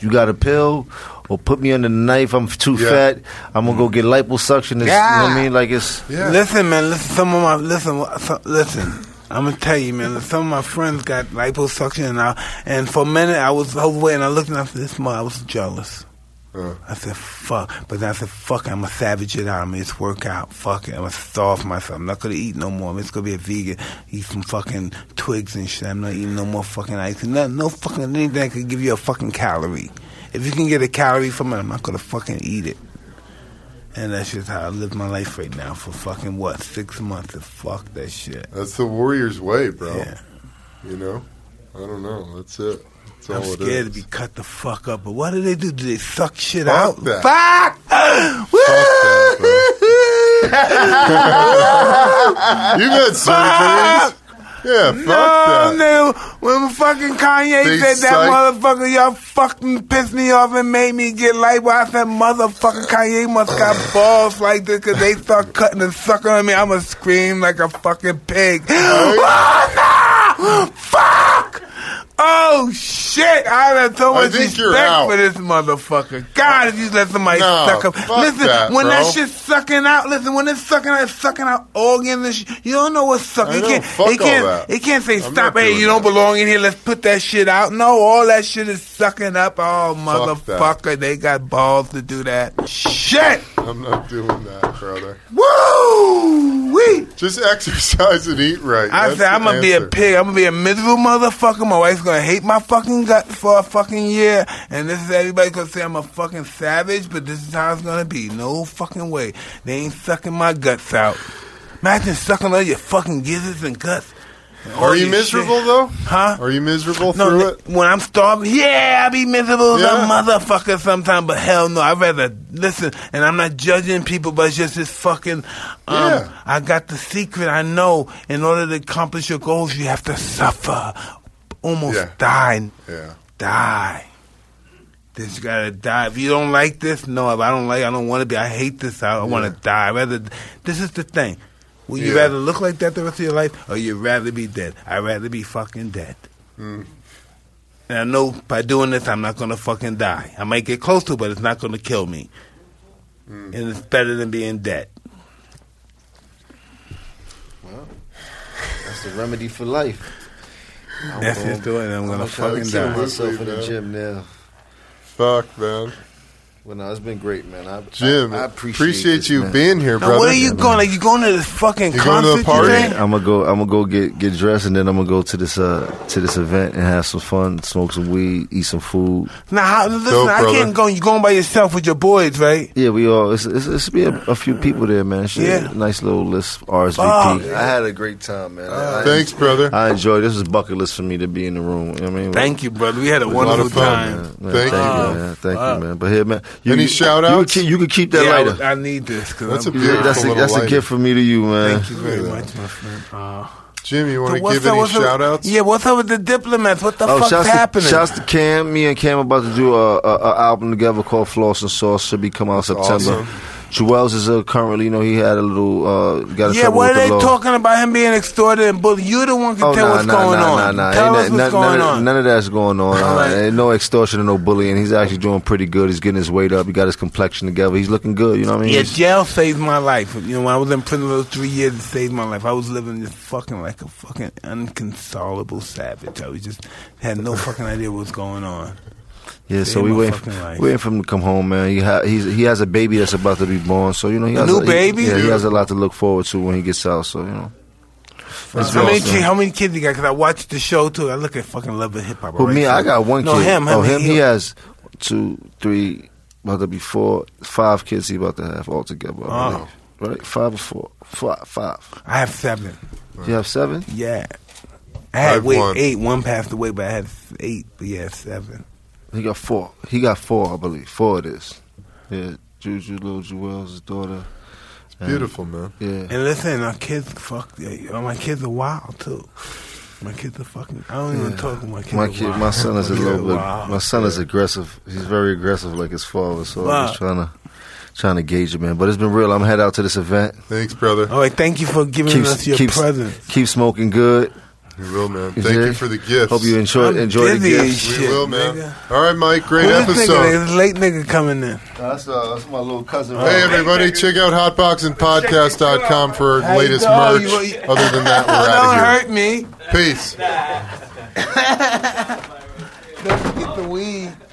you got a pill. Or put me under the knife. I'm too Yeah. fat. I'm gonna go get liposuction. It's, You know what Yeah. I mean? Like it's Yeah. Listen, man. Listen, some of my listen, so, listen. I'm gonna tell you, man. Some of my friends got liposuction, and I, and for a minute I was overweight, and I looked and I said, "This month I was jealous." Uh, I said, fuck. But then I said, fuck, I'm going to savage it out. I'm going to work out. Fuck it. I'm going to starve myself. I'm not going to eat no more. I'm just going to be a vegan. Eat some fucking twigs and shit. I'm not eating no more fucking ice. No, no fucking anything that could give you a fucking calorie. If you can get a calorie from it, I'm not going to fucking eat it. And that's just how I live my life right now for fucking what, six months. And fuck that shit. that's the warrior's way, bro. Yeah. You know? I don't know. That's it. That's I'm all it scared to is. be cut the fuck up. But what do they do? Do they suck shit Fuck out? that. Fuck! Woo! You've had surgeries. Yeah, fuck that. No, nigga. When fucking Kanye They said psych- that motherfucker, y'all fucking pissed me off and made me get light. Well, I said, motherfucking Kanye must got balls like this because they start cutting and sucking on me. I'm going to scream like a fucking pig. Oh, no! Fuck! Oh, shit. I done so I much think respect you're out. for this motherfucker. God, if you let somebody Nah, suck up. fuck Listen, that, when that bro. shit's sucking out, listen, when it's sucking out, it's sucking out organs and shit. You don't know what's sucking. I It know, can't, fuck it all can't, that. It can't say I'm stop. not Hey, doing you don't that. belong in here. Let's put that shit out. No, all that shit is sucking up. Oh Fuck that. motherfucker, they got balls to do that. Shit. I'm not doing that, brother. Woo wee. Just exercise and eat right. I That's said the I'm gonna be a answer. pig. I'm gonna be a miserable motherfucker. My wife's gonna hate my fucking guts for a fucking year, and this is everybody gonna say I'm a fucking savage. But this is how it's gonna be. No fucking way. They ain't sucking my guts out. Imagine sucking all your fucking gizzards and guts. and all Are you your miserable shit. though? Huh? Are you miserable No, through n- it? when I'm starving, yeah, I be miserable as Yeah. a motherfucker sometimes, but hell no, I'd rather listen. And I'm not judging people, but it's just this fucking. Um, Yeah. I got the secret. I know in order to accomplish your goals, you have to suffer, almost Yeah. die, Yeah. die. This you gotta die. If you don't like this, no. If I don't like, I don't want to be. I hate this. I, I want to die. I'd rather this is the thing. Will you Yeah. rather look like that the rest of your life, or you rather be dead? I'd rather be fucking dead. Mm. And I know by doing this, I'm not gonna fucking die. I might get close to, it, but it's not gonna kill me. Mm. And it's better than being dead. that's the remedy for life. I'm That's gonna- just the way I'm gonna I'm gonna try to fucking kill die. myself in Absolutely, the man. gym now. Fuck, man. Well, no, it's been great, man. I, Jim, I, I appreciate, this, you man. being here, Now, brother. where are you going? Are you going to the fucking You going to a concert party? today? I'm gonna go. I'm gonna go get get dressed, and then I'm gonna go to this uh to this event and have some fun, smoke some weed, eat some food. Now, how, listen, Dope, I brother. can't go. You're going by yourself with your boys, right? Yeah, we all. It's it's, it's be a, a few people there, man. Shit, Yeah. nice little list. RSVP. Oh. I had a great time, man. I, I- Thanks, brother. I enjoyed. This is bucket list for me to be in the room. You know what I mean, Thank you, brother. We had a a lot wonderful of fun, time. man. Man, Thank you. man. Thank you, man. But here, man, you, Any you- You can shout-outs? keep, you can keep that Yeah, I, lighter. would- I need this because That's a I'm. beautiful that's a, little that's a lighter. gift from me to you, man. Thank you very much, my friend. Uh, Jim, you want so to what's give up- any what's up- shout outs? Yeah, what's up with the diplomats? What the fuck's shouts happening? To, shouts to Oh, Cam. Me and Cam about to do a, a, a album together called Floss and Sauce. Should be coming out September. awesome. Joel's is uh, currently, you know, he had a little uh, got in yeah, trouble what are with the they law. talking about him being extorted and bullied? You're the one can Oh, tell nah, what's nah, going nah, on. nah, nah. Tell Ain't us that- what's none, going none on. Of, none of that's going on. All Uh, right. Oh. ain't no extortion and no bullying. He's actually doing pretty good. He's getting his weight up. He got his complexion together. He's looking good. You know what I mean? yeah, He's- jail saved my life. You know, when I was in prison those three years, it saved my life. I was living just fucking like a fucking inconsolable savage. I was just had no fucking idea what was going on. Yeah, Save so we my waiting, fucking life. waiting for him to come home, man. He ha- he's, he has a baby that's about to be born, so you know he A has new he- baby? yeah, he has a lot to look forward to when he gets out. So you know, It's how many awesome. ki- how many kids you got? Because I watched the show too. I look at fucking Love and Hip Hop. Well, right me, now. I got one no, kid. Him, him, oh, him. He, he- has two, three, about to be four, five kids. He about to have altogether. I Oh. believe. Right, five or four, five, five. I have seven. You have seven. Yeah. I had I've wait, won. eight. One passed away, but I had eight. But yeah, seven. He got four. He got four, I believe. Four it is. Yeah, Juju, little Jewel's daughter. and- Beautiful, man. Yeah. And listen, our kids, fuck, yeah, my kids are wild too. My kids are fucking. I don't even talk with my kids. My are kid, wild. my son is a kids little are bit. wild. My son is aggressive. He's very aggressive, like his father. So I'm just trying to, trying to gauge it, man. But it's been real. I'm head out to this event. Thanks, brother. All right, thank you for giving Keep, us your keep, presence. keep smoking good. You will, man. Thank you Yeah. for the gifts. Hope you enjoy I'm enjoy the busy as gifts. we shit, will, man. nigga. All right, Mike. Great Who this nigga? episode. This late nigga coming in. That's, uh, that's my little cousin. Hey, everybody, check out hotboxandpodcast.com for our How you latest doing? merch. You- Other than that, Oh, we're don't out hurt me. of here. Peace. Don't get the weed.